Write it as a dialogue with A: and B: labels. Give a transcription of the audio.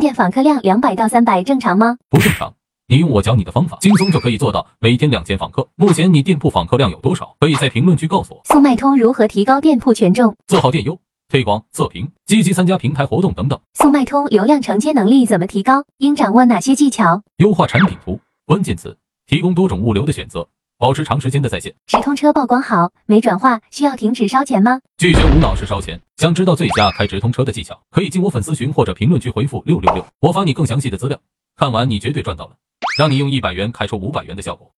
A: 店访客量两百到三百正常吗？
B: 不正常。你用我讲你的方法，轻松就可以做到每天两千访客。目前你店铺访客量有多少？可以在评论区告诉我。
A: 速卖通如何提高店铺权重？
B: 做好店优，推广测评，积极参加平台活动等等。
A: 速卖通流量承接能力怎么提高？应掌握哪些技巧？
B: 优化产品图，关键词：提供多种物流的选择，保持长时间的在线。
A: 直通车曝光好，没转化需要停止烧钱吗？
B: 拒绝无脑式烧钱。想知道最佳开直通车的技巧，可以进我粉丝群或者评论区回复六六六，我发你更详细的资料。看完你绝对赚到了，让你用一百元开出五百元的效果。